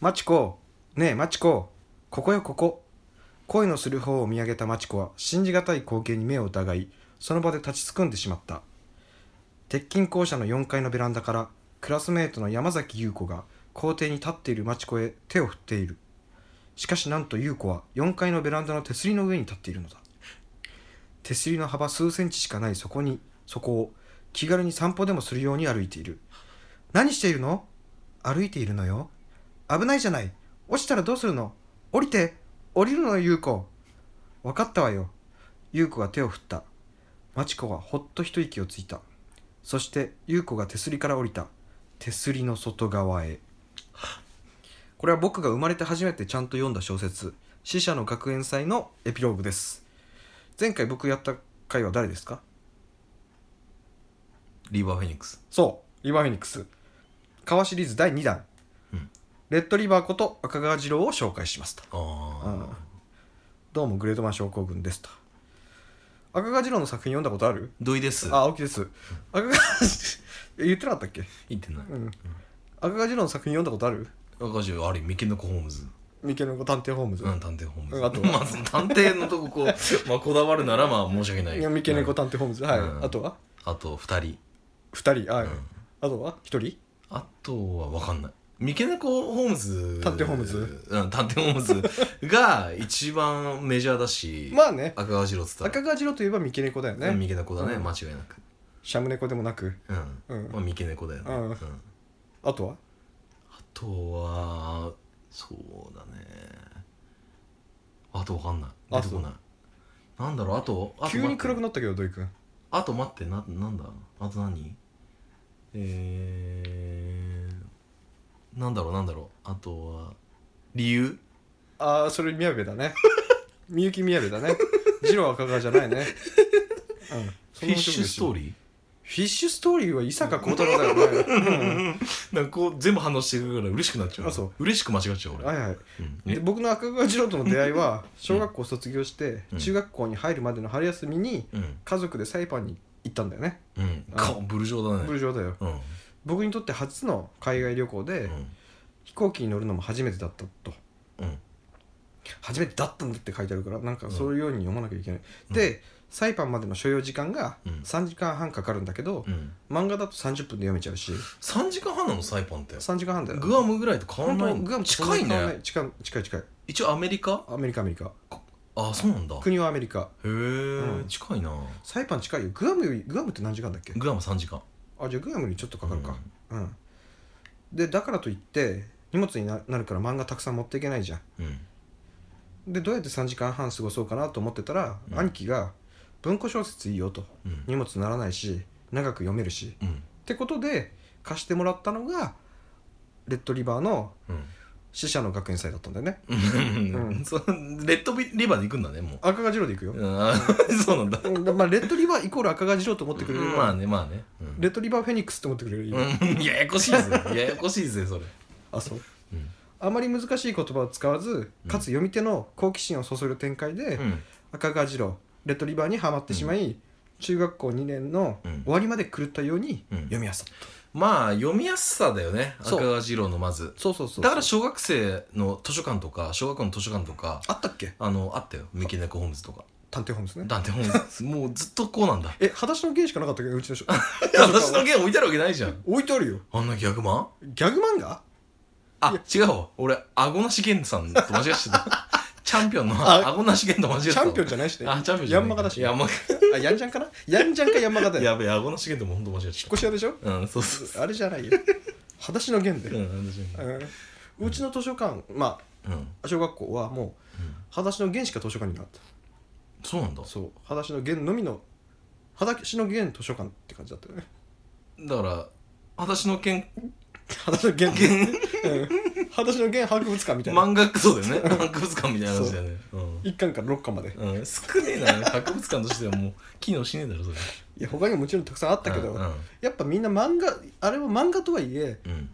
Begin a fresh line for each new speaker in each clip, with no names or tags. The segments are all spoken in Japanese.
マチコねえマチコここよここ恋のする方を見上げたマチコは信じがたい光景に目を疑いその場で立ちすくんでしまった鉄筋校舎の4階のベランダからクラスメートの山崎優子が校庭に立っているマチコへ手を振っているしかしなんと優子は4階のベランダの手すりの上に立っているのだ手すりの幅数センチしかないそこにそこを気軽に散歩でもするように歩いている何しているの歩いているのよ危ないじゃない落ちたらどうするの降りて降りるのよ優子分かったわよ優子が手を振ったマチコはほっと一息をついたそして優子が手すりから降りた手すりの外側へこれは僕が生まれて初めてちゃんと読んだ小説「死者の学園祭」のエピローグです前回僕やった回は誰ですか
リーバーフェニックス
そうリバーフェニックス川シリーズ第2弾、
うん
レッドリバーこと赤川次郎を紹介しますと
あ
うん
あ
どうもグレートマン症候群ですと赤川次郎の作品読んだことある
土井です
あ青木です赤川 言ってなかったっけ
言ってない
うん赤川次郎の作品読んだことある
赤字あれミケノコホームズ
三毛の子探偵ホームズ、
うん探偵ホームズ
あと
まあその探偵のとここう、まあ、こだわるならまあ申し訳ない
いや三毛猫探偵ホームズはい、
うん
あとは
あと2人、
2人はい、
うん
あとは1人
あとは分かんない三毛猫ホームズ
探偵ホームズ
うん探偵ホームズが一番メジャーだし、
まあね
赤川次郎っつったら
赤川次郎といえば三毛猫だよね、
うん三毛猫だね、
うん
間違いなく
シャム猫でもなく
うん、
うん
まあ、三毛猫だよね、
うん
うんあ
あとは
とはそうだねあと分かんない
あ
出てこないなんだろうあとあと
急に暗く
な
なったけど土井君
あと待ってななんだあと何えー、なんだろうなんだろうあとは理由
ああそれ宮部だ ねみゆき宮部だね次郎赤川じゃないね、うん、
フィッシュストー
リー
リー
フィッシュストーリーは伊坂幸太郎だよね、
なんかこう全部反応してくるから嬉しくなっちゃう
あそう
嬉しく間違っちゃう
うん、
俺、
はいはい
うん
で
え
僕の赤川次郎との出会いは小学校卒業して
うん
中学校に入るまでの春休みに
うん
家族でサイパンに行ったんだよね
うん
あ
かブルジョーだね
ブルジョーだよ
うん
僕にとって初の海外旅行
う
で
ん
飛行機に乗るのも初めてだったと
うん
初めてだったんだって書いてあるからなんかそういうように読まなきゃいけない、
うん
でサイパンまでの所要時間が
うん
3時間半かかるんだけど、
うん
漫画だと30分で読めちゃうし
3時間半なのサイパンって
3時間半だよ
グアムぐらいと変わ
本
んな
当
いの
グアムとそんな
近い
に変わんな
ね
い近い近い近い
一応アメリカ
アメリカアメリカ
あそうなんだへ
国はアメリカ
え、
うん
近いな
サイパン近いよグアムよりグアムって何時間だっけ
グアム3時間
あじゃあグアムにちょっとかかるかうん、でだからといって荷物にななるから漫画たくさん持っていけないじゃん
うん
でどうやって3時間半過ごそうかなと思ってたら、
うん
兄貴が「文庫小説いいよ」と
うん
荷物ならないし長く読めるし
うん
ってことで貸してもらったのがレッドリバーの
うん
死者の学園祭だったんだよね
うん
うん
そレッドリバーで行くんだねもう
赤川次郎で行くよ、
うんあ そうなんだ
うんまあ、レッドリバーイコール赤川次郎と思ってくれる、
まあねまあねうん
レッドリバーフェニックスって思ってくれる、
うんややこしいぜややこしいぜそれ
あそう
うん
あまり難しい言葉を使わずかつ読み手の好奇心をそそる展開で、
うん
赤川次郎レッドリバーにはまってしまい、中学校2年の
うん
終わりまで狂ったように
うん
読みやすかっ
まあ読みやすさだよね
そ
赤
う
川次郎のまず
た、そうそうそう
だから小学生の図書館とか小学校の図書館とか
あったっけ
あのあったよ三毛猫ホームズとか
探偵本ですね
だってもうもうずっとこうなんだ
え裸足のゲイしかなかったっけどうちの書
私のゲーム置いてあるわけないじゃん
置いてあるよ
あんなギャグマン
ギャグ漫画い
あ違うわ俺顎なしゲンさんと間違えてた チャンピオンの
あ
顎なしゲンと間違え
チ
てた
ャンピオンじゃないしね
あチャンピオンじゃ
ヤ
ない
ンマガだし
ヤンマ
あヤンジャンかなヤンジャンかヤンマガだ
ガ
よ
やべえ顎なしゲンとも本当間違え
引って越し屋でしょ
たうんそうそうそ
あれじゃないよ裸足の弦で、
ううん私も
うんうちの図書館ま
うん
あ小学校はもう裸足の弦しか図書館になかっ
そうなんだ
たそう裸足の弦のみの裸足の弦図書館って感じだったよ ね
だから私の剣
裸足の弦うん裸足の弦博物館みたいな
漫画そうだよね博物館みたいな話だよねうん
1巻から6巻まで
うん、少ねえな博物館としてはもう機能しねえだろそれ
いや他にももちろんたくさんあったけど、
うんうん
やっぱみんな漫画あれは漫画とはいえ
うん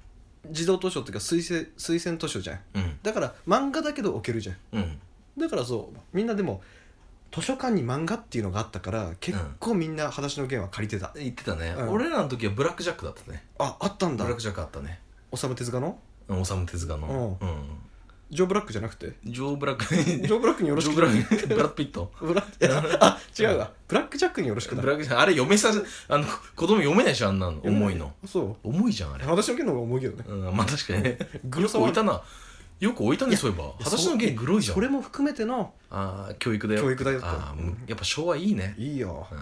児童図書っていうか推薦推薦図書じゃん
うん
だから漫画だけど置けるじゃん
うん
だからそうみんなでも図書館に漫画っていうのがあったから結構みんな「裸足の弦」は借りてた、
言ってたね、
うん
俺らの時はブラックジャックだったね
ああったん
ブ
だ
ラックジャックあったね
修手塚の
治虫手塚の、うん、
ジョー・ブラックじゃなくて
ジョー・ブラック
ジ
に
ョー・ブラックによろし
ジョ
く
ー・ブラックブラッド・ピット
ブラッあ違うわブラック・ジャックによろしく
ブ
だ
ラックじゃあれ読めさせあの子供読めないでしょあんなの重いの
そ
重いじゃんあれ
う私の件の方が重いけどね
うんまあ確かにね
グ
よ
ロ
く
さは
置いたなよく置いた
い
ね
や
そういえば
いや
私の芸グロいじゃ
そ
ん
れも含めての
ああ教育だよ
教育だよって
ああやっぱ昭和いいね
いいよ
うん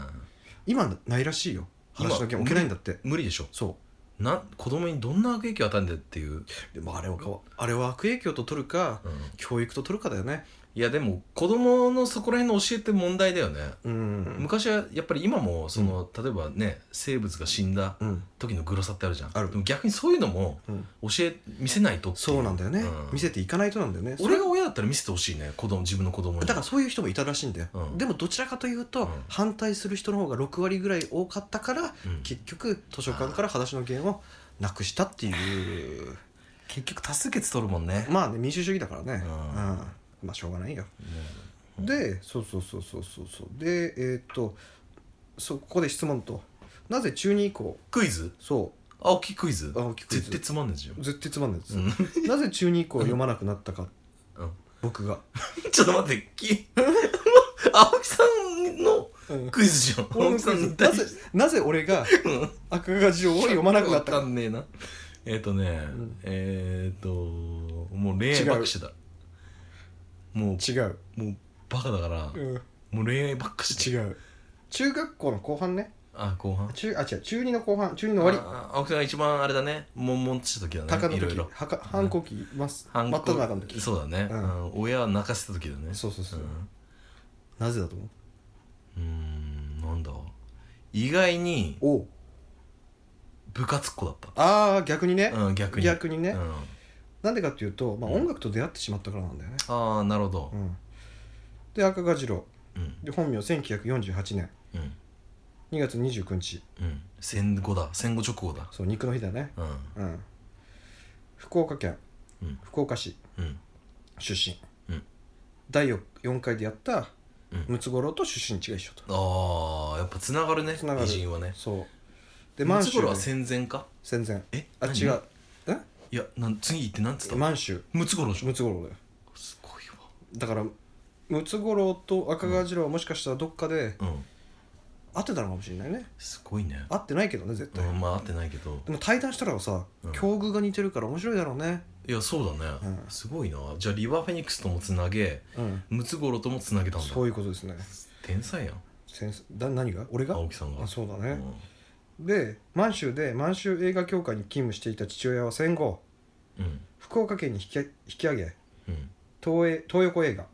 今ないらしいよ
今
話の件置けないんだって
無理でしょ
そ
な子供にどんな悪影響を与えんだよっていう、
うでもあれはあれは悪影響と取るか
うん
教育と取るかだよね
いやでも子供のそこら辺の教えって問題だよね
うん
昔はやっぱり今もその、例えばね生物が死んだ
うん
時のグロさってあるじゃん
ある
でも逆にそういうのも
うん
教え見せないとってい
そうなんだよね
うん
見せていかないとなんだよね
俺が親だったら見せてほしいね子供自分の子供に
だからそういう人もいたらしいんだよ、
うん
でもどちらかというと、
うん
反対する人の方が6割ぐらい多かったから
うん
結局図書館から「裸足の弦」をなくしたっていう
結局多数決取るもんね
まあね民主主義だからね、
う
うんんまあしょうがないよ、
うん
でそうそうそうそうそうそうでえーっとそうここで質問となぜ中2以降
クイズ
そ
青木クイズ
う青木クイズ
絶対つまんねえじゃん
絶対つまんないです、
うん
なぜ中2以降読まなくなったか、
うん
僕が、
ちょっと待ってき 青木さんの
うん
クイズじゃん
俺
青
の
木さ
クイズ
んに
な
対
ぜ
して
なぜ俺が
うん
悪画上を読まなくなった
わ
か
かんねえなえっ、とね、
ん
えっ、ともう恋愛ばっかしてたも
違う、
うもうバカだから、
うん、
もう恋愛ばっかして
違う中学校の後半ね
あ後半
中あ違う中2の後半中2の終わ
あ青木さんが一番あれだね悶々とした時だ
り
ね
高の
いろ
時
いろ
はか反抗期真っ真
反抗
っ只中の時
そうだね、
う
うんん親は泣かせた時だね
そうそうそう
うん
なぜだと思う
うーんなんだ意外に
おう
部活っ子だっ
ああ逆にね
た、うん、逆に
逆にね、
うん、
なんでかっていうと、まあ、
うん
音楽と出会ってしまったからなんだよね、
ああなるほど
うん、で赤蛾次郎
うん
で本名1948年
うん
2月29日
うん戦後だ戦後直後だ
そう肉の日だね、
うん
うん、福岡県
うん
福岡市
うん
出身、
うん
第4回でやった
うん
ムツゴロウと出身地が一緒と、
ああやっぱつながるね
つながる
偉人はね
そうで
で
満
満州
州
は
で
戦前か
戦前
え
あ
何
違うえ
いやなん次行ってなんつった
満州
ムツゴロウでしょ
ムツゴロウだよ
すごいわ
だからムツゴロウと赤川次郎はもしかしたらどっかで
うん
合ってたのかもしれないね
すごいね
合ってないけどね絶
う
対、
んまあ合ってないけど
でも対談したらさ、
うん
境遇が似てるから面白いだろうね
いやそうだね
うん
すごいなじゃあリバーフェニックスともつなげ
うん
ムツゴロウともつなげたんだ
そういうことですね
天才やん
先生だ何が俺が
青木さんが
あそうだ
う
ね、
ん
で満州で満州映画協会に勤務していた父親は戦後
うん
福岡県に引き引き上げ
うん
東映東横映画、
うん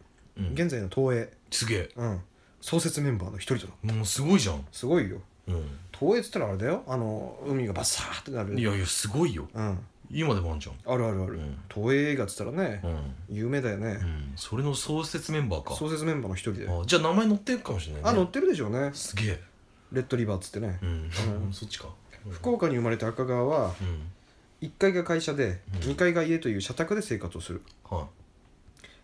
現在の東映、
すげえ
うん、創設メンバーの一人だ
もうすごいじゃん
すごいよ
うん
東映っつったらあれだよあの海がバサーってなる
いやいやすごいよ
うん
今でもあんじゃん
あるあるある、
うん
東映映画っつったらね、
うん
有名だよね
う、んそれの創設メンバーか
創設メンバーの一人で、
あじゃあ名前載ってるかもしれない、ね、
あ載ってるでしょうね
すげえ
レッドリバーっつってね
う、ん、
うん
そっちか
福岡に生まれた赤川は
うん
1階が会社で
うん
2階が家という社宅で生活をする
は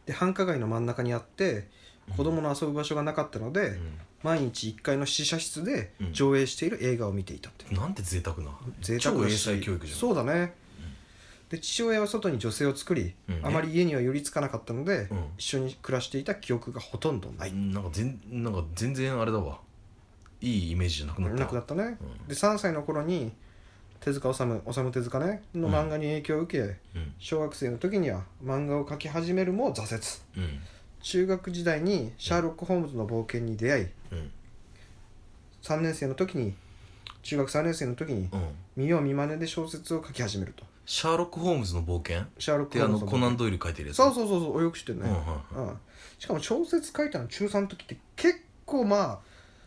で繁華街の真ん中にあって
うん
子供の遊ぶ場所がなかったので、
い、
毎日1階の試写室で
うん
上映している映画を見ていたって、
うんなんて贅沢な
贅沢だし
超英才教育じゃん
そうだね、で父親は外に女性を作り、
うん
あまり家には寄りつかなかったので、
うん
一緒に暮らしていた記憶がほとんどない、
なんか全なんか全然あれだわいいイメージじゃなくなった
なくなったね、
うん
で3歳の頃に手塚治虫治虫手塚ねの漫画に影響を受け、
うん
小学生の時には漫画を描き始めるも挫折
うん
中学時代にシャーロック・ホームズの冒険に出会い
うん
3年生の時に中学3年生の時に
うん
見よう見まねで小説を書き始めると
シャーロック・ホームズの冒険っ
シャーロック・
て
ホ
あ
ーム
の
ズ
コナン・
の
ドイル書いてるやつ
そうそうそうそうおよく知ってるね
うんはい
うん、しかも小説書いたの中3の時って結構まあ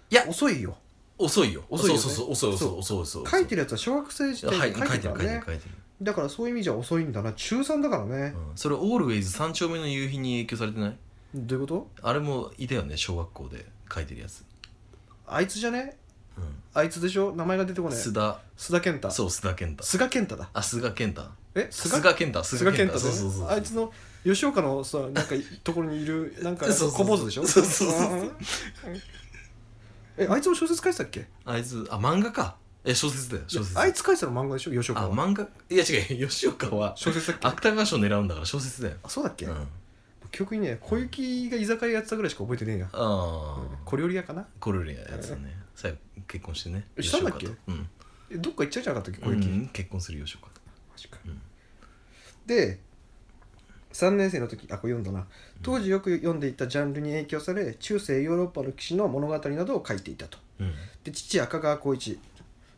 いや
遅いよ
遅いよ
遅いよね
そうそうそう遅い遅い遅い遅い
書いてるやつは小学生時
は
代
い
に
書
書い
い
て
て
る
る
か
書いて
ら
る
ね
書いてる
だからそういう意味じゃ遅いんだな中3だからね、
うんそれ「オールウェイズ三丁目の夕日」に影響されてない
どういうこと
あれもいたよね小学校で書いてるやつ
あいつじゃね
うん
あいつでしょ名前が出てこない
須田
須田健太
そう須田健太
菅健太だ
あ須賀健太
え
菅賀健太
菅健太
そう
だ
そう
ね
そう
あいつの吉岡のさなんかいところにい るなんか
そうそうそ
小
う
坊主でしょ
そうそうそう
うんえあいつも小説書いてたっけ
あいつあ漫画かえ小説だよ小説
あいつ書いてたの漫画でしょ吉岡
あ
は、
漫画いや違う吉岡は
小説だっけ
芥川賞狙うんだから小説だよ、
あそうだっけ、
うん、あ
記憶にね小雪が居酒屋やってたぐらいしか覚えてねえや、
あ
うん小料理屋かな
コルリアやつだね最後結婚してね
したんだっけ
吉岡とうん
えどっか行っちゃうじゃなかったっけ小
う
雪、
ん結婚する吉岡と
マジか
うん
で3年生の時あこれ読んだな当時よく読んでいたジャンルに影響され中世ヨーロッパの騎士の物語などを書いていたと
うん
で父赤川光一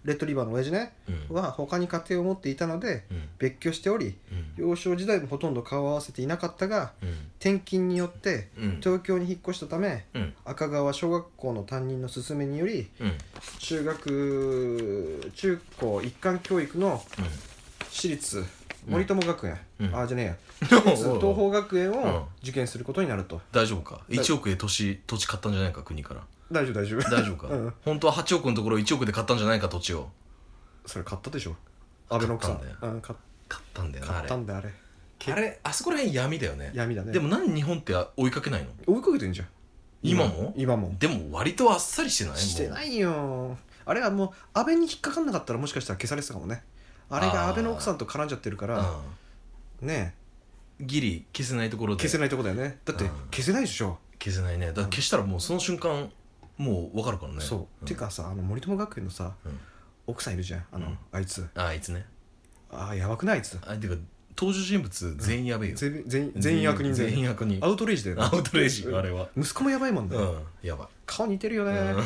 レッドリバーの親父ね
うん
は他に家庭を持っていたので
うん
別居しており
うん
幼少時代もほとんど顔を合わせていなかったが
うん
転勤によって
うん
東京に引っ越したため
うん
赤川は小学校の担任の勧めにより
うん
中学中高一貫教育の 私立
うん
森友学園、
うん
あじゃねえや
うん
私 立東邦学園
うん
を受験することになると、
大丈夫か1億で土地土地買ったんじゃないか国から
大丈夫大丈夫
大丈夫か、
うん
本当は8億のところ1億で買ったんじゃないか土地を
それ買ったでしょ安倍の奥さん
買った
うん買っ
買ったんだよな
買
あ
っ
れ
たんだよあれ
あれあそこら辺闇だよね
闇だね
でもなんで日本って追いかけないの
追いかけてんじゃん
今も
今も
でも割とあっさりしてない
してないいよあれはもう安倍に引っかかんなかったらもしかしたら消されてたかもねあれが安倍の奥さんと絡んじゃってるからね
ギリ消せないところ
え
で
消せないとこだよねだって
うん
消せないでしょ、
消せないねだから消したらもうその瞬間もう分かるからね
そう、ていうかさあの森友学園のさ、
うん
奥さんいるじゃんあの、
うん
あいつ
ああいつね
ああやばくないあいつ
あてか登場人物全員やべえよ
全員全員全員悪人全
全員
員
悪人
アウトレイジだよね
アウトレイジあれは
息子もやばいもんね、
うんやばい
顔似てるよね、
うん
うん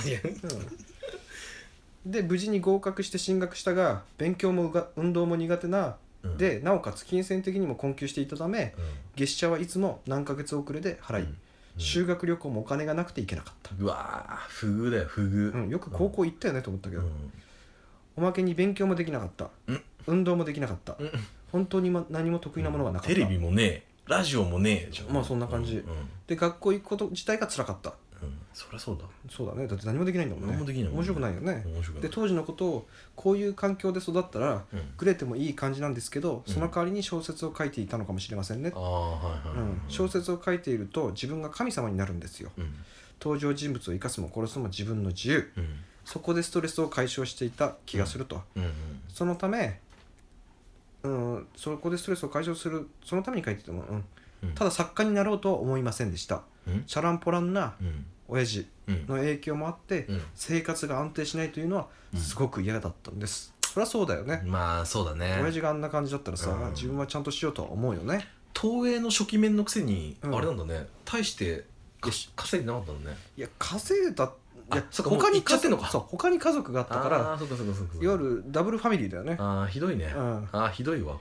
で無事に合格して進学したが勉強もうが運動も苦手な、
うん
でなおかつ金銭的にも困窮していたため
うん
月謝はいつも何ヶ月遅れで払い、
うん
修学旅行もお金がなくて行けなかった、
うわー不遇だよ不遇
うん、よく高校行ったよねと思ったけ
う
ど、
ん
おまけに勉強もできなかった、
うん
運動もできなかった、
うん
本当に、ま、何も得意なものがなかった、
テレビもねえラジオもねえじゃん
まあそんな感じ
うんうん
で学校行くこと自体が辛かった
うんそりゃそうだ
そうだねだって何もできないんだもんね
何もできないもんね
面白くないよね、
面白い
で当時のことをこういう環境で育ったら
うん
グレてもいい感じなんですけど
うん
その代わりに小説を書いていたのかもしれませんね
あ、あはいはい、
う
はい
ん、小説を書いていると自分が神様になるんですよ
うん
登場人物を生かすも殺すも自分の自由
うん
そこでストレスを解消していた気がすると、
うんうん
そのためうんそこでストレスを解消するそのために書いてても、うん
うん
ただ作家になろうとは思いませんでした
うん
チャランポランな
うん
親父
うん
の影響もあって
うん
生活が安定しないというのは
うん
すごく嫌だったんです、そりゃそうだよね、
まあそうだね
親父があんな感じだったらさ、
うん
自分はちゃんとしようとは思うよね
東映の初期面のくせに、
うん
あれなんだね大してか稼いでなかったのね
いや稼いだいや
あそっかもう行っちゃってんのか
そう他に家族があったから
あーそうかそうかそうかそうか
いわゆるダブルファミリーだよね、
ああひどいね、
う
あ
ん、
あーひどいわ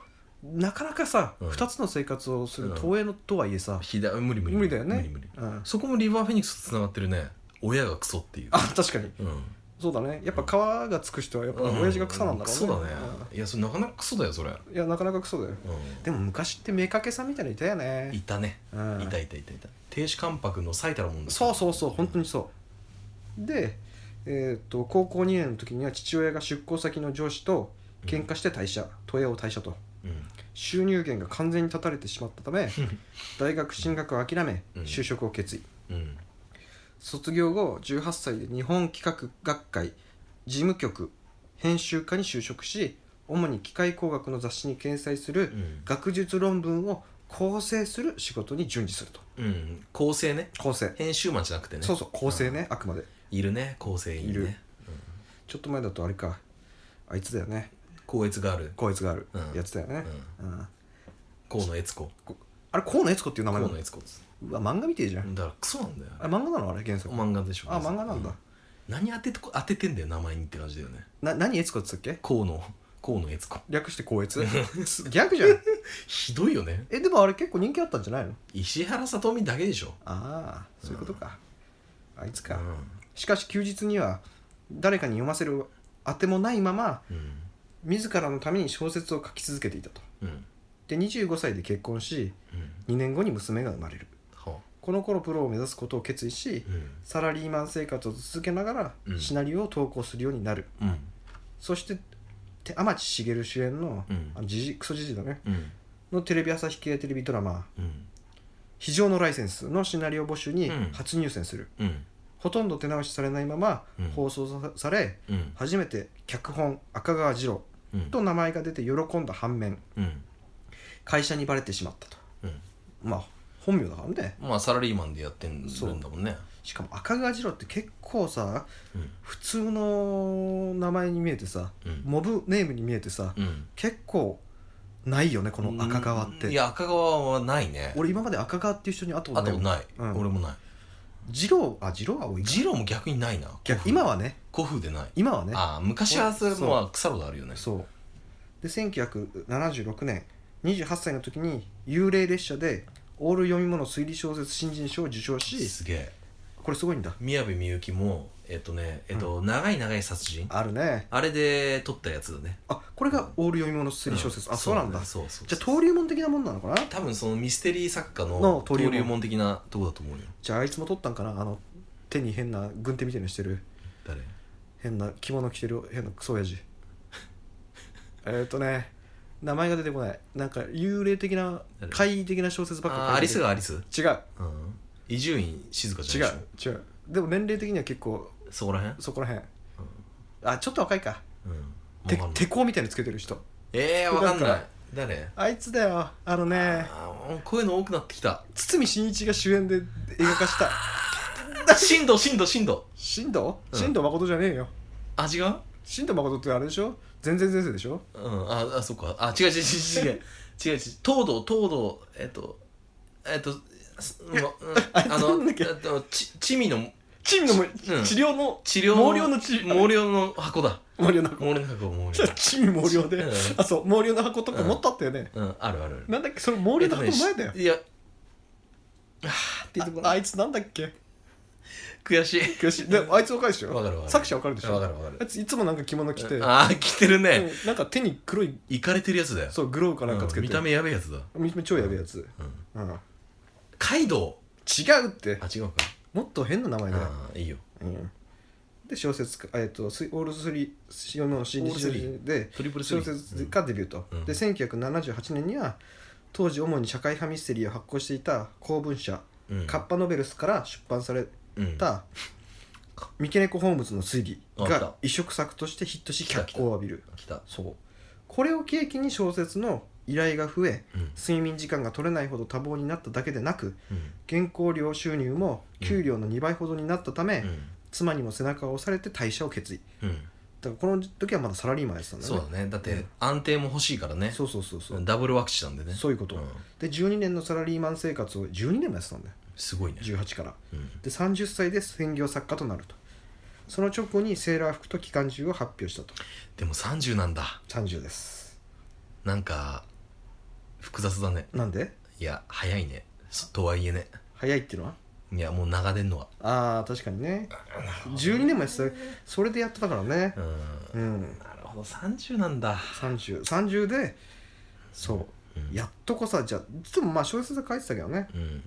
なかなかさ、
うん
2つの生活をする
うん
東映のとはいえさ、
ひだ無理無理
無理だよね
無理無理
うん、
そこもリバーフェニックスとつながってるね親がクソっていう
あ確かに
うん
そうだねやっぱ皮がつく人はやっぱ親父が草なんだろうね、
クソだね、いやそれなかなかクソだよそれ、
うんいやなかなかクソだよ
う
でも昔って目かけさんみたいなのいたよ
ん、い
ね、
たね、
うん、
いたいたいたいた亭主関白の最たるもんだ
そうそうそうう本当にそうで、えー、と高校2年の時には父親が出向先の上司と喧嘩して退社都営を退社と
うん
収入源が完全に断たれてしまったた め大学進学を諦め
うん
就職を決意、
うん
卒業後18歳で日本企画学会事務局編集課に就職し主に機械工学の雑誌に掲載す
う
る
ん、
学術論文を構成する仕事に準じすると
うん、構成ね
構成、
編集マンじゃなくてね
そうそう構成ね、あくまで
いるね構成員ね
いるちょっと前だとあれかあいつだよね
高越ガール
こいつがある
うん
やつだよ
う
ね、
ん
うん
河野悦子
あれ河野悦子っていう名
河
前なの
野悦子っつ
うわ漫画みてえじゃん、
だからクソなんだよ
あれ漫画なのあれ原作
漫画でしょ
あ漫画なんだ、
う何当てとこ当ててんだよ名前にって感じだよね
な何悦子って言ったっけ
河野河野悦子
略して光悦逆じゃん
ひどいよね
えでもあれ結構人気あったんじゃないの
石原さとみだけでしょ
ああそういうことか、あいつか、
う
しかし休日には誰かに読ませるあてもないまま
んうん
自らのために小説を書き続けていたと
うん
で25歳で結婚し
うん
2年後に娘が生まれる
は
この頃プロを目指すことを決意し、
あ
サラリーマン生活を続けなが
う
ら
ん
シナリオを投稿するようになる、
うん
そしてて天地茂主演の,、
うん
あのじじクソじじいだね
うん
のテレビ朝日系テレビドラマ
うん
「非常のライセンス」のシナリオ募集に
うん
初入選する、
うん
ほとんど手直しされないまま
うん
放送さされ
うん
初めて脚本赤川次郎
うん
と名前が出て喜んだ反面
うん
会社にバレてしまったと
うん
まあ本名だからね
まあサラリーマンでやってるん
そう
だもんね
しかも赤川次郎って結構さ
うん
普通の名前に見えてさ
うん
モブネームに見えてさ
うん
結構ないよねこの赤川って
いや赤川はないね
俺今まで赤川っていう人に後を
あとない
うん
俺もない
次郎あ次郎は多いか
ジローも逆にないな
逆今はね
古風でない
今はね
ああ昔はそれ
そう
まあ腐るほどあるよね
そうで1976年28歳の時に幽霊列車でオール読み物推理小説新人賞を受賞し
すげえ
これすごいんだ
宮部みゆきもえっとねえっと長い長い殺人
あるね
あれで撮ったやつだね
あこれがオール読み物推理小説、あそうなんだ
ねそうそう
じゃあ登竜門的なもんなのかな
多分そのミステリー作家の
の登
登
竜門
竜門的なとこだと思うよ
じゃああいつも取ったんかなあの手に変な軍手みたいにしてる
誰
変な着物着てる変なクソ親父 えっとね名前が出てこないなんか幽霊的な
誰
怪異的な小説ばっ
あー
か
ア
り
リ
書
ス
いてる
がアリス
違う
うん伊集院静香
違
ちゃんでし
う違うでも年齢的には結構
ょそこらへん
そこらへんあちょっと若いか
うん
て
わかんない
手甲みたいにつけてる人
えーわかん
な
なんい
か
誰
あいつだよあのね
あーもうこういうの多くなってきた
堤真一が主演で映画化した
進藤進藤進藤
新藤
うん
新藤誠じゃねえよ
あ違う
新藤誠ってあれでしょ全然前世でしょ
うん、あ、あ、そっか。あ、違う違う違う違う。違う違う。東堂、東堂、えっと、えっと、すうん あ
な
の、
んだっけ
えっと、ち、地味の、
チームのも
うん
治療の
治療
毛量の治
毛量の箱だ。
毛量の箱
毛量の箱、毛
じゃ
量
あ。チーム毛量で
うん
あそう毛量の箱とか持ったったよね
うん、あるあるある。
なんだっけそれ毛量の箱
えっとね
前だよ
しいや、あーっていうとこ
ああいつなんだっけ
悔しい。
悔しいでもあいつわかるでし
わ
ょ
かるわかる。
作者わかるでしょ
わかるわか
あいついつもなんか着物着て
る。あー、着てるね。
うんなんか手に黒い
いかれてるやつだよ。
そうグローかなんかつけ
うん
て
見た目やべえやつだ。
見た目超やべえやつ
うん。
うん
カイド
違うって
ウ。あ、違うか。
もっと変な名前だよ、
あー、いいよ。
うん、で小説家、えっとスオールスリー4の新
オールスリー
で
トリプルスリ
小
ー
説がデビューと、
うん
で1978年には当時主に社会派ミステリーを発行していた公文社、
うんうん
カッパノベルスから出版され
うん
た、三毛猫ホームズの推理
あった
が移植作としてヒットし
来た
脚光を浴びる
来た。
そうこれを契機に小説の依頼が増え
うん。
睡眠時間が取れないほど多忙になっただけでなく
うん。
原稿料収入も給料の2倍ほどになったため、
う
妻にも背中を押されて退社を決意
んうん
だからこの時はまだサラリーマンやってたんだよ
そう
ね
だねだっ
う
て
ん
安定も欲しいからね
そうそうそうそう、
ダブルワクチンなんでね
そういうこと、
うん
で12年のサラリーマン生活を12年もやってたんだよ
すごいね
18から
うん
で30歳で専業作家となるとその直後にセーラー服と機関銃を発表したと
でも30なんだ
30です
なんか複雑だね
なんで
いや早いねそとはいえね
早いっていうのはい
やもう長出んのは
あー確かにね12年もやってたそれでやってたからね
うん
うん
なるほど30なんだ
3030でそう
うん
やっとこさじゃあでもまあ小説は書いてたけどね
うん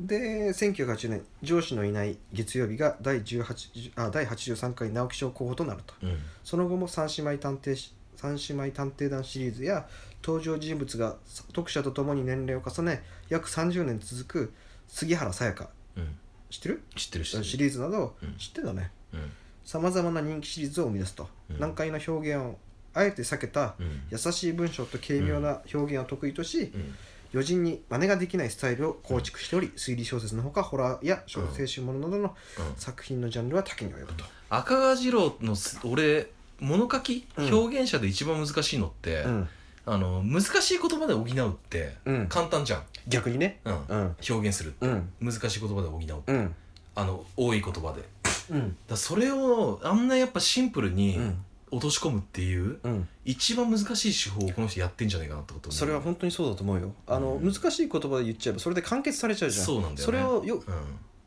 で1980年上司のいない月曜日が第18あ第83回直木賞候補となると
うん
その後も三姉妹探偵し三姉妹探偵団シリーズや登場人物が読者とともに年齢を重ね約30年続く杉原さやか
うん
知ってる
知ってる知って
シ
る
リーズなど
うん
知ってたね
うん
さまざまな人気シリーズを生み出すと、
うん
難解な表現をあえて避けた
うん
優しい文章と軽妙な表現を得意とし、
うん
余人に真似ができないスタイルを構築しており、推理小説のほかホラーや小
うん
青春ものなどの
うん
作品のジャンルは多岐に及ぶと、
赤川次郎のす俺物書き
うん
表現者で一番難しいのって
ん
あの難しい言葉で補うって
うん
簡単じゃん
逆にね
うん
うん
表現する
うん
難しい言葉で補う
うん
あの多い言葉でだか
うん
らそれをあんなやっぱシンプルに
うん
落とし込むっていう
うん、
一番難しい手法をこの人やってんじゃないかなってこと
それは本当にそうだと思うよあの、
うん
難しい言葉で言っちゃえばそれで完結されちゃうじゃん
そうなんだよね
れをよ
うん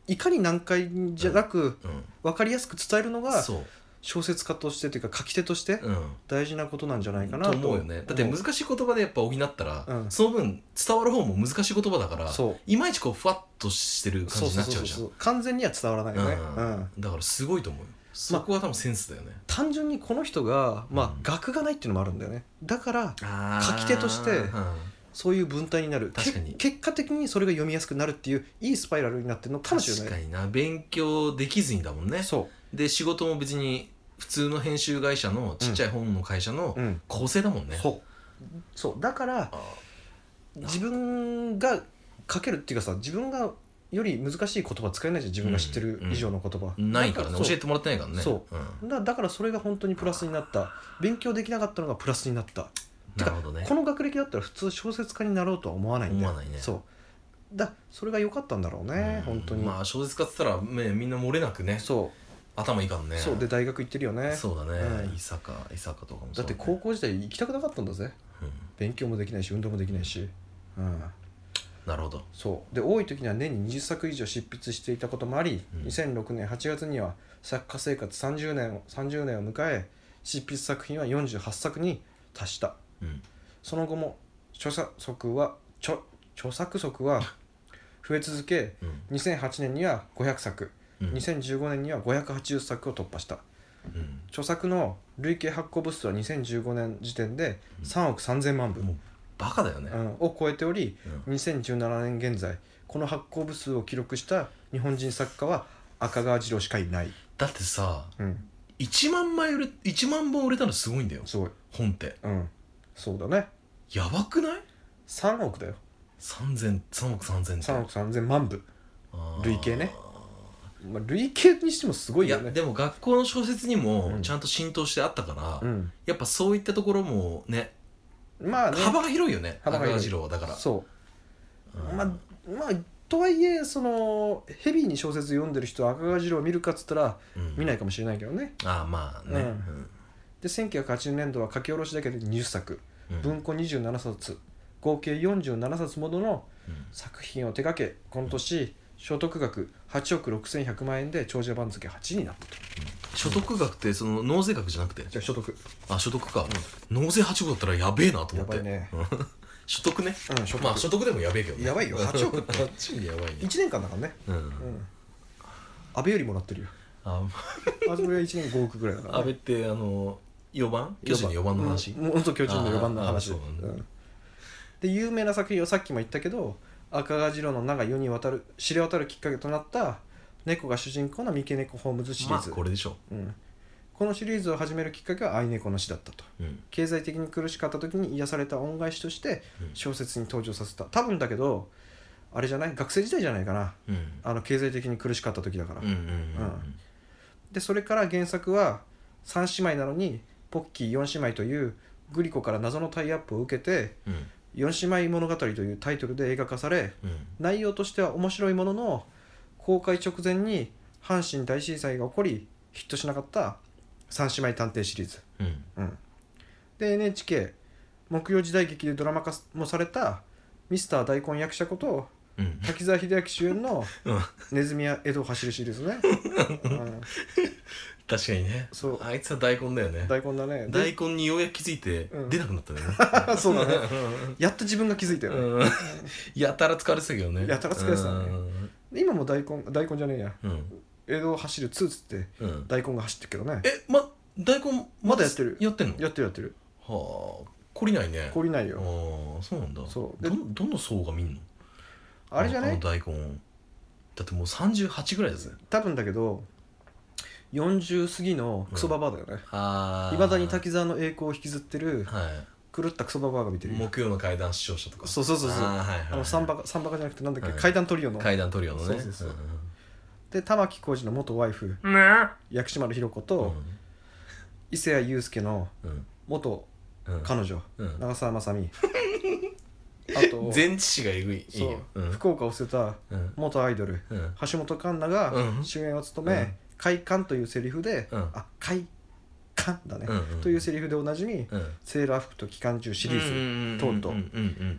いかに難解じゃなく
う
分かりやすく伝えるの
ん
が
そう
小説家としてというか書き手として
うん
大事なことなんじゃないかな
と
と
思うよねだって難しい言葉でやっぱ補った
う
ら
ん
その分伝わる方も難しい言葉だから
そう
いまいちこうふわっとしてる感
そう
じに
そう
な
そう
っちゃうじゃ
そ
ん
う完全には伝わらないよね、うん
うんだからすごいと思うよそこは多分センスだよね
単純にこの人が、まあ
うん
学がないっていうのもあるんだよねだから
あ
ー書き手として
うん
そういう文体になる
確かに
け結果的にそれが読みやすくなるっていういいスパイラルになってるのかもしれない
確かにな勉強できずにだもんね
そ
で仕事も別に普通の編集会社のちっちゃい本の会社の
う、うん
構成だもんね
そうそうだから
あ
自分が書けるっていうかさ自分がより難しい言葉使えないじゃん自分が知ってる以上の言葉、
ーないからね
だ
教
そう
えてもらってないからね
そ
うん、
だだからそれが本当にプラスになった勉強できなかったのがプラスになったて
な
か
るほどね
この学歴だったら普通小説家になろうとは思わないんだよ
思わないね
そうだそれが良かったんだろうね、
うん
本当に、
まあ小説家っつったら、ね、みんな漏れなくね
そ
頭いいからね
うそうで大学行ってるよね
そうだね、
うん
伊坂伊坂とかも
だ
そう
って
ね
高校時代行きたくなかったんだぜ
うん
勉強もできないし運動もできないしうん
なるほど
そうで多い時には年に20作以上執筆していたこともあり、
うん
2006年8月には作家生活30年を30年を迎え執筆作品は48作に達した
うん
その後も著作則は著著作則は増え続け
うん
2008年には500作
うん
2015年には580作を突破した
うん
著作の累計発行部数は2015年時点で
うん
3億3000万部、
もうバカだよね、
うんを超えており
うん
2017年現在この発行部数を記録した日本人作家は赤川次郎しかいない、
だってさ
うん、
1万枚売れ1万本売れたのすごいんだよ
すごい、
本って
うん、そうだね
やばくない
3億だよ
3000 3億3000って
3億3000万部、
あー
累計ねまあ、累計にしてもすごい
い
よ
や
ね
でも学校の小説に
う
も
ん
ちゃんと浸透してあったから、
うん、
やっぱそういったところもね
まあね
幅が広いよね
幅
幅
が
が
広い
広い郎はだから
そう
うん
まあまあとはいえそのヘビーに小説読んでる人は赤川次郎を見るかっつったら
うん
見ないかもしれないけどね
ああまあね、
うん
うん
で1980年度は書き下ろしだけで20作
うん
文庫27冊合計47冊ものの
うん
作品を手掛けこの年所得額8億6100万円で長者番付8位になったと
所得額ってその納税額じゃなくて
じゃあ所得
あ所得か、納税8億だったらやべえなと思って
やばいね
うん 所得ね
うん所得、
まあ所得でもやべえけどね
やばいよ8億って
8億やばいね
1年間だからね
うん、
うん安倍よりもらってるよ
あ
安倍は1年5億ぐらいだから、
安倍ってあの4番巨人の4番の話、
うん、元巨人の4番の話
あーあーそ
う
うなん
んで有名な作品をさっきも言ったけど赤川次郎の名が世に渡る知れ渡るきっかけとなった猫が主人公の三毛猫ホームズシリ
まあ
ーズ、
これでしょ
うん、このシリーズを始めるきっかけは愛猫の死だったと
う、うん
経済的に苦しかった時に癒された恩返しとして小説に登場させた多分だけどあれじゃない学生時代じゃないかな
うん
あの経済的に苦しかった時だから、
うんうんうん
でそれから原作は3姉妹なのにポッキー4姉妹というグリコから謎のタイアップを受けて
うん
「4姉妹物語」というタイトルで映画化され
うん
内容としては面白いものの公開直前に阪神大震災が起こりヒットしなかった三姉妹探偵シリーズ、
うんうん
うん、で NHK 木曜時代劇でドラマ化もされた「ミスター大根役者」こと
うん
滝沢秀明主演の
うん
「ネズミや江戸を走る」シリーズね、うん、
確かにね
そう
あいつは大根だよね
大根だね
大根にようやく気づいて
うん
出なくなったね
そうだねやっと自分が気づいたよね、
うんやたら疲れてたけどね
やたら疲れてたね
うん
今も大根大根じゃねえや
うん
江戸を走る2つって
うん
大根が走ってるけどね
えま大根
まだやってる
やってんの
やってるやってる
はあ懲りないね
懲りない
あ
よ
あそうなんだ
そうで
どどの層が見んの
あれじゃな
あ
い
の大根だってもう38ぐらいだぜ
多分だけど40過ぎのクソババアだよね
あ
いまだに滝沢の栄光を引きずってる
は
狂ったクソババアが見
い
てるよ
木曜の怪談視聴者とか
そうそうそうそう
あーはいはい
あの三バカ三バカじゃなくてなんだっけ、
はい
階段トリオの
階段トリオのね
そうそうそうで玉置浩二の元ワイフ
うんね
薬師丸ひろ子
う
と
ん
伊勢谷友介の
うん
元
うん
彼女
うん
長澤まさ みあと
全知識がえぐいいい
そう
よ、うん
福岡を捨てた
うん
元アイドル
うん
橋本環奈が
うん
主演を務め「
うん
快感」というセリフで「
うん
あ快感」だね、
うんうん
というセリフでおなじみ、
うん
セーラー服と機関銃」シリーズ、とうとう
うんうん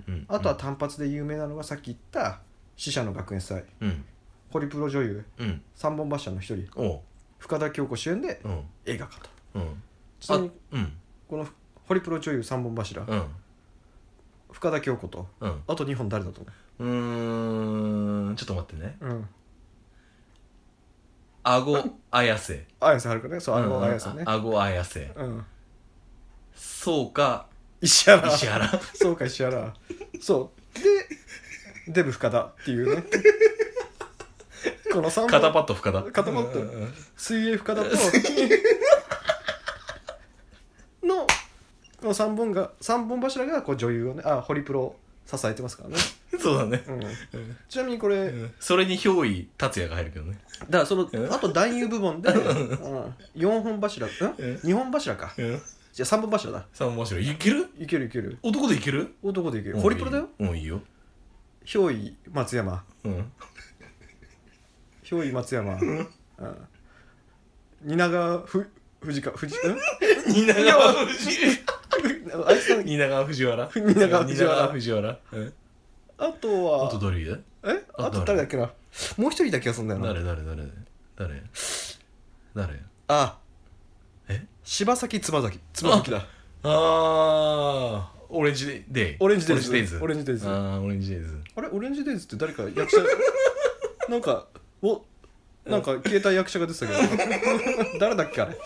うんうん
あとは単発で有名なのがさっき言った「死者の学園祭
うん」
ホリプロ女優
うん
三本柱の一人
おう
深田恭子主演で
うん
映画化と
うん
ちなみに
うん
このホリプロ女優三本柱、
うん
深田恭子と
うん
あと2本誰だと思
うーんちょっと待ってね
う、うん、
顎綾瀬
綾瀬はるかねそうあの綾瀬ね
うんあ顎綾瀬
うん
そうか
石原
石原
そうか石原そうでデブ深田っていうねこの3 本
肩パッド深田
肩パッド
うんうんうん
水泳深 田とのこの3本が三本柱がこう女優をねあホリプロを支えてますからね、
そうだね
うん、
うん
ちなみにこれ、
うんそれに憑依達也が入るけどね
だからその
うん
あと男優部門 で、うん、4本柱ん
ん
2本柱か
うん
じゃあ3本柱だ
さあ面白いいける
いけるいける
男でいける
男でいけるホリプロだよ
もういいよ
憑依松山
うん
憑依松山うん蜷川ふ藤川藤うん
蜷川藤
あいつなんだっけ
蜷川藤原
蜷川藤原
蜷川藤原うん
あと
あ
は
と誰だ
え
あ
あと誰だっけなもう一人いた気がするんだよな
誰誰誰誰誰
あ
え
柴崎つばざきつばざきだ
あーオレンジデイ
オレンジデイズ
オ
オ
レ
レ
ン
ンジデ
ジデイ
イ
ズ
ズ
あーオレンジデイズ
あれオレンジデイズって誰か役 者なんかおなんか消えた役者が出てたけど 誰だっけあれ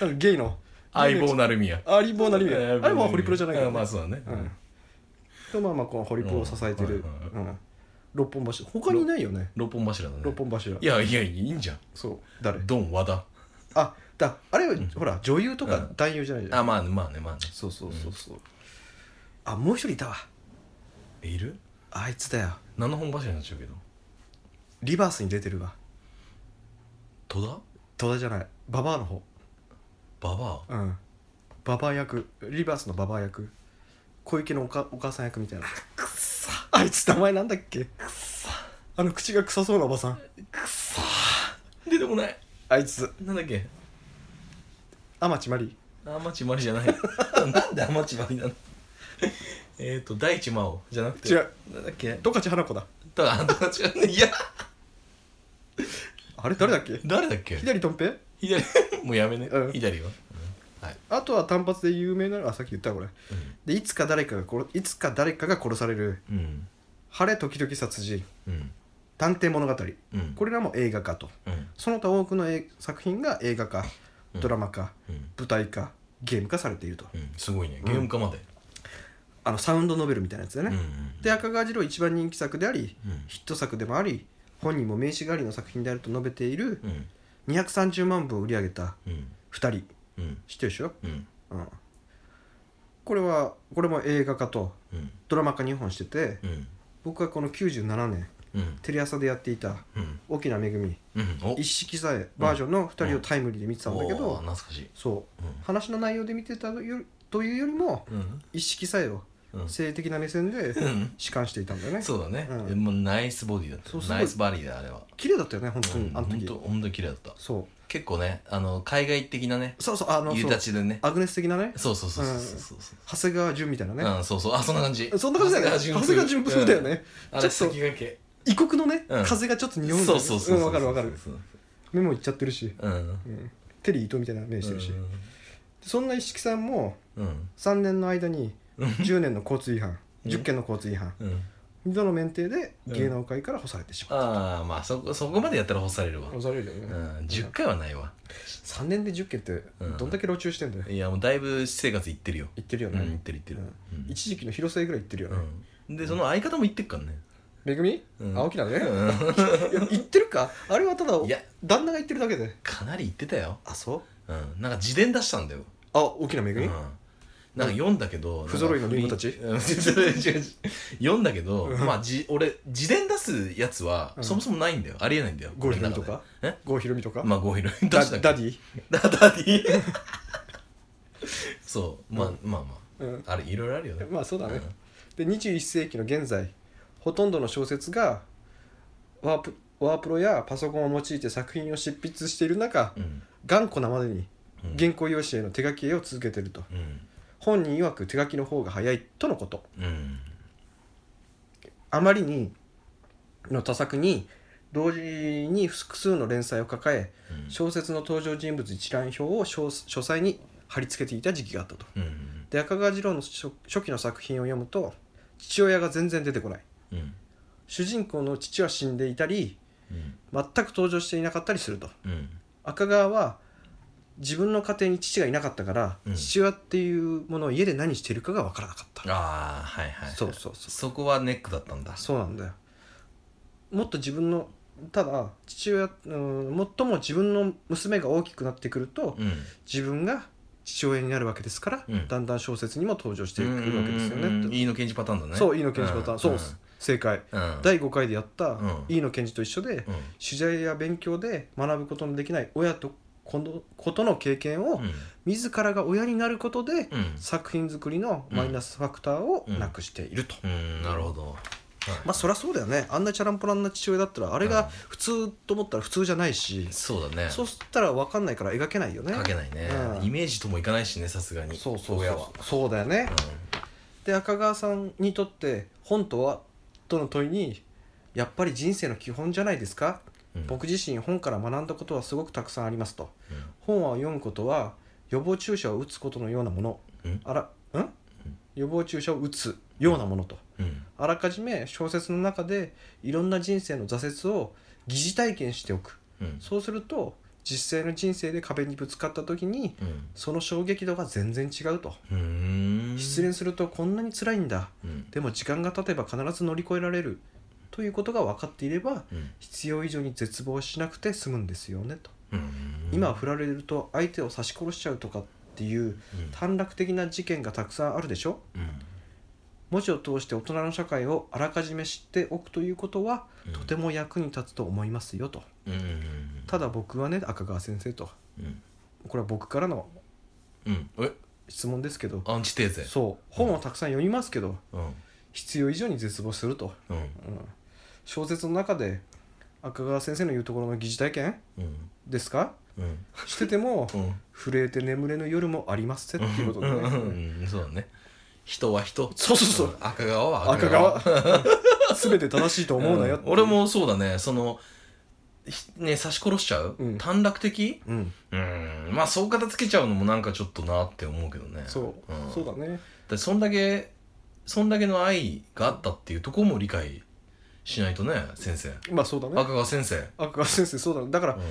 なんかゲイの
相棒なるみや
アリボーなりみたい
えー
なあれはホリプロじゃないから、
あまあ
ね
そうだね
うん、とまあまあこのホリプロを支えてる、
うんはいは
うん、六本柱他にないよね
六本柱だね
六本柱
いやいやいいんじゃん
そう誰
ドン和田
あだあれは、ほら女優と
う
か
ん
男優じゃないじゃん、
あまあねまあねまあね
そうそうそうそう、あもう一人いたわ
いる
あいつだよ
七本柱になっちゃうけど
リバースに出てるわ
戸田
戸田じゃないババアの方
馬場
うんババア役リバースのババア役小池のおかお母さん役みたいな
くっさ
あいつ名前なんだっけあの口が臭そうなおばさん
くっさ出てこない
あいつ
なんだっけ
天地真理
アマチマリじゃない なんでアマチマリなのえっと大地真央じゃなくて
違う
なんだっけ
十勝花子だ
だからあんた違うねいや
あれ誰だっけ
誰だっけ
左とんぺ
左もうやめね、
うん
左は、うんはい、
あとは単発で有名なのあさっき言ったわこれ
うん
でいつか誰かが殺いつか誰かが殺される
うん
晴れ時々殺人
うん
探偵物語
うん
これらも映画化と
うん
その他多くの映作品が映画化
うん
ドラマ化
うん
舞台化ゲーム化されていると
うんすごいねゲーム化まで、
あのサウンドノベルみたいなやつだ
うんう
ね、
ん、
で赤川次郎一番人気作であり
うん
ヒット作でもあり本人も名刺代わりの作品であると述べている
うん
230万部を売り上げた
うん
2人
うん
知ってるでしょ、
うん
うん、これはこれも映画化と
うん
ドラマ化2本してて
うん
僕はこの97年
うん
テレ朝でやっていた
うん
「沖縄めぐみ
うんお」
一式さえバージョンの2人をタイムリーで見てたんだけ
おー
ど、
懐かしい
そう
うん
話の内容で見てたよというよりも
うん
一式さえを
うん
性的な目線で
うん
弛緩していたんだよね
そうだね、
うん
えもうナイスボディだっ
そうす
た
ごい
ナイスバディだあれは
綺麗だったよね本当
う
に、
ん
あの
本
時
当本当に綺麗だった
そう
結構ねあの海外的なね
そうそうあの
い
そ
で
う
たちでね
アグネス的なね
そうそうそうそうそうそう
長谷川純みたいなね、
うんそうそうあそんな感じ
そんな感じだよね長谷川純風だよね、
うんあ
ち
れ
ょっと
先駆け
異国のね、
うん
風がちょっと匂うんだよ
そ
ね
うそうそうそうん
わかるわかる
そうそう
目もいっちゃってるし、
そううん
うん、テリー伊藤みたいな目してるし、そんな石木さんも
うん
3年の間に
うん
10年の交通違反
うん
10件の交通違反
うん
2度の免停で
うん
芸能界から干されてしまう、
ああまあそこそこまでやったら干されるわ
干されるよね、
うん10回はないわ
3年で10件ってどんだけ路中してんだよ、
いやもうだいぶ私生活いってるよ
行ってるよ
う
ね、
んいってるいってる
うん一時期の広末ぐらい行ってるよね、
うんでその相方もいってっからね
めぐみ、
うん
青木だね、
う
い
ん
や行ってるかあれはただ
いや
旦那が行ってるだけで
かなりいってたよ
あそう
うんなんか自伝出したんだよ
あ大きなめぐみ、
うんなんか読んだけど
不揃いのリンゴたち
うん 違う違う違う読んだけど、
うん
まあ、じ俺自伝出すやつは
うん
そもそもないんだよありえないんだよ
ゴーヒロミとか
俺の中で
郷ひろみと
え
か、
まあゴーヒロミ出
ダ
したけど
ダディ、
ダ ダディそうまあ、
うん
まあま
うん
ああれいろいろあるよね
まあそうだね、
ん
で21世紀の現在ほとんどの小説がワープワープロやパソコンを用いて作品を執筆している中
うん
頑固なまでに
うん
原稿用紙への手書き絵を続けていると
うん
本人曰く手書きの方が早いとのこと
うん
あまりにの多作に同時に複数の連載を抱え
うん
小説の登場人物一覧表を書書斎に貼り付けていた時期があったと
うん
で赤川次郎の初初期の作品を読むと父親が全然出てこない
うん
主人公の父は死んでいたり
うん
全く登場していなかったりすると
うん
赤川は自分の家庭に父がいなかったから、
うん
父親っていうものを家で何してるかが分からなかった、
ああはいはい
そうそうそう
そこはネックだったんだ
そうなんだよもっと自分のただ父親うん最も自分の娘が大きくなってくると、
うん
自分が父親になるわけですから、
うん
だんだん小説にも登場してくるわけですよね、
うんうんうん
と
いいの検事パターンだね
そう飯野健治パターン、そうっす、正解、
うん
第5回でやった、
うん
飯野健治と一緒で、
うん
取材や勉強で学ぶことのできない親とこのことの経験を、
うん
自らが親になることで、
うん
作品作りのマイナスファクターをなくしていると、
うんなるほど
まあそりゃそうだよねあんなチャランポランな父親だったらあれ
うん
が普通と思ったら普通じゃないし、
そうだね
そうしたら分かんないから描けないよね
書けないね
うん
イメージともいかないしねさすがに
そうそう
親
そ
は
うそうだよね、で赤川さんにとって本とはとの問いにやっぱり人生の基本じゃないですか、
うん
僕自身本から学んだことはすごくたくさんありますと
うん
本を読むことは予防注射を打つことのようなもの
うん
あらん予防注射を打つようなものと
うん
あらかじめ小説の中でいろんな人生の挫折を疑似体験しておく
うん
そうすると実際の人生で壁にぶつかった時に
うん
その衝撃度が全然違うと
うーん
失恋するとこんなに辛いんだ
うん
でも時間が経てば必ず乗り越えられるということが分かっていれば
うん
必要以上に絶望しなくて済むんですよねと
うん
今振られると相手を刺し殺しちゃうとかっていう
うん
短絡的な事件がたくさんあるでしょ
うん
文字を通して大人の社会をあらかじめ知っておくということは
うん
とても役に立つと思いますよと
うんうんうん
ただ僕はね赤川先生と
うん
これは僕からの
うんえ
質問ですけど
アンチテーゼ
そう本をたくさん読みますけど
うん
必要以上に絶望すると、
うん
うん、小説の中で赤川先生の言うところの疑似体験
うん
ですか
うん
してても
うん
震えて眠れぬ夜もありますってっていうことでね、
うんうんそうだね人は人
そうそうそうん
赤川は
赤川 全て正しいと思うなよって
ん俺もそうだねそのひね刺し殺しちゃう、
うん
短絡的
うん
うんまあそう片付けちゃうのもなんかちょっとなって思うけどね
そう、
ん、
そうだね
だそんだけそんだけの愛があったっていうところも理解しないとね先生
まあそうだね
赤川先生、
赤川先生そうだねだから
うん、い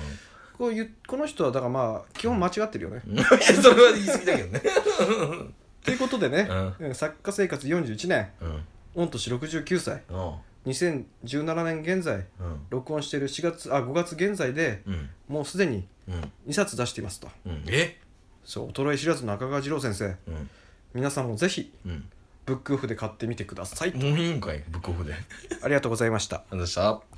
こういうこの人はだからまあ基本間違ってるよね、
や それは言い過ぎだけどね
ということでね
う、ん
うん作家生活41年
うん
御年69歳
うん
2017年現在
うん
録音している4月あ5月現在で
うん
もうすでに
うん
2冊出していますと
うんえ
そう衰え知らずの赤川次郎先生
うん
皆さんもぜひ
うん
ブックオフで買ってみてください
もういいんかいブックオフでありがと
ありがとうございました
うございました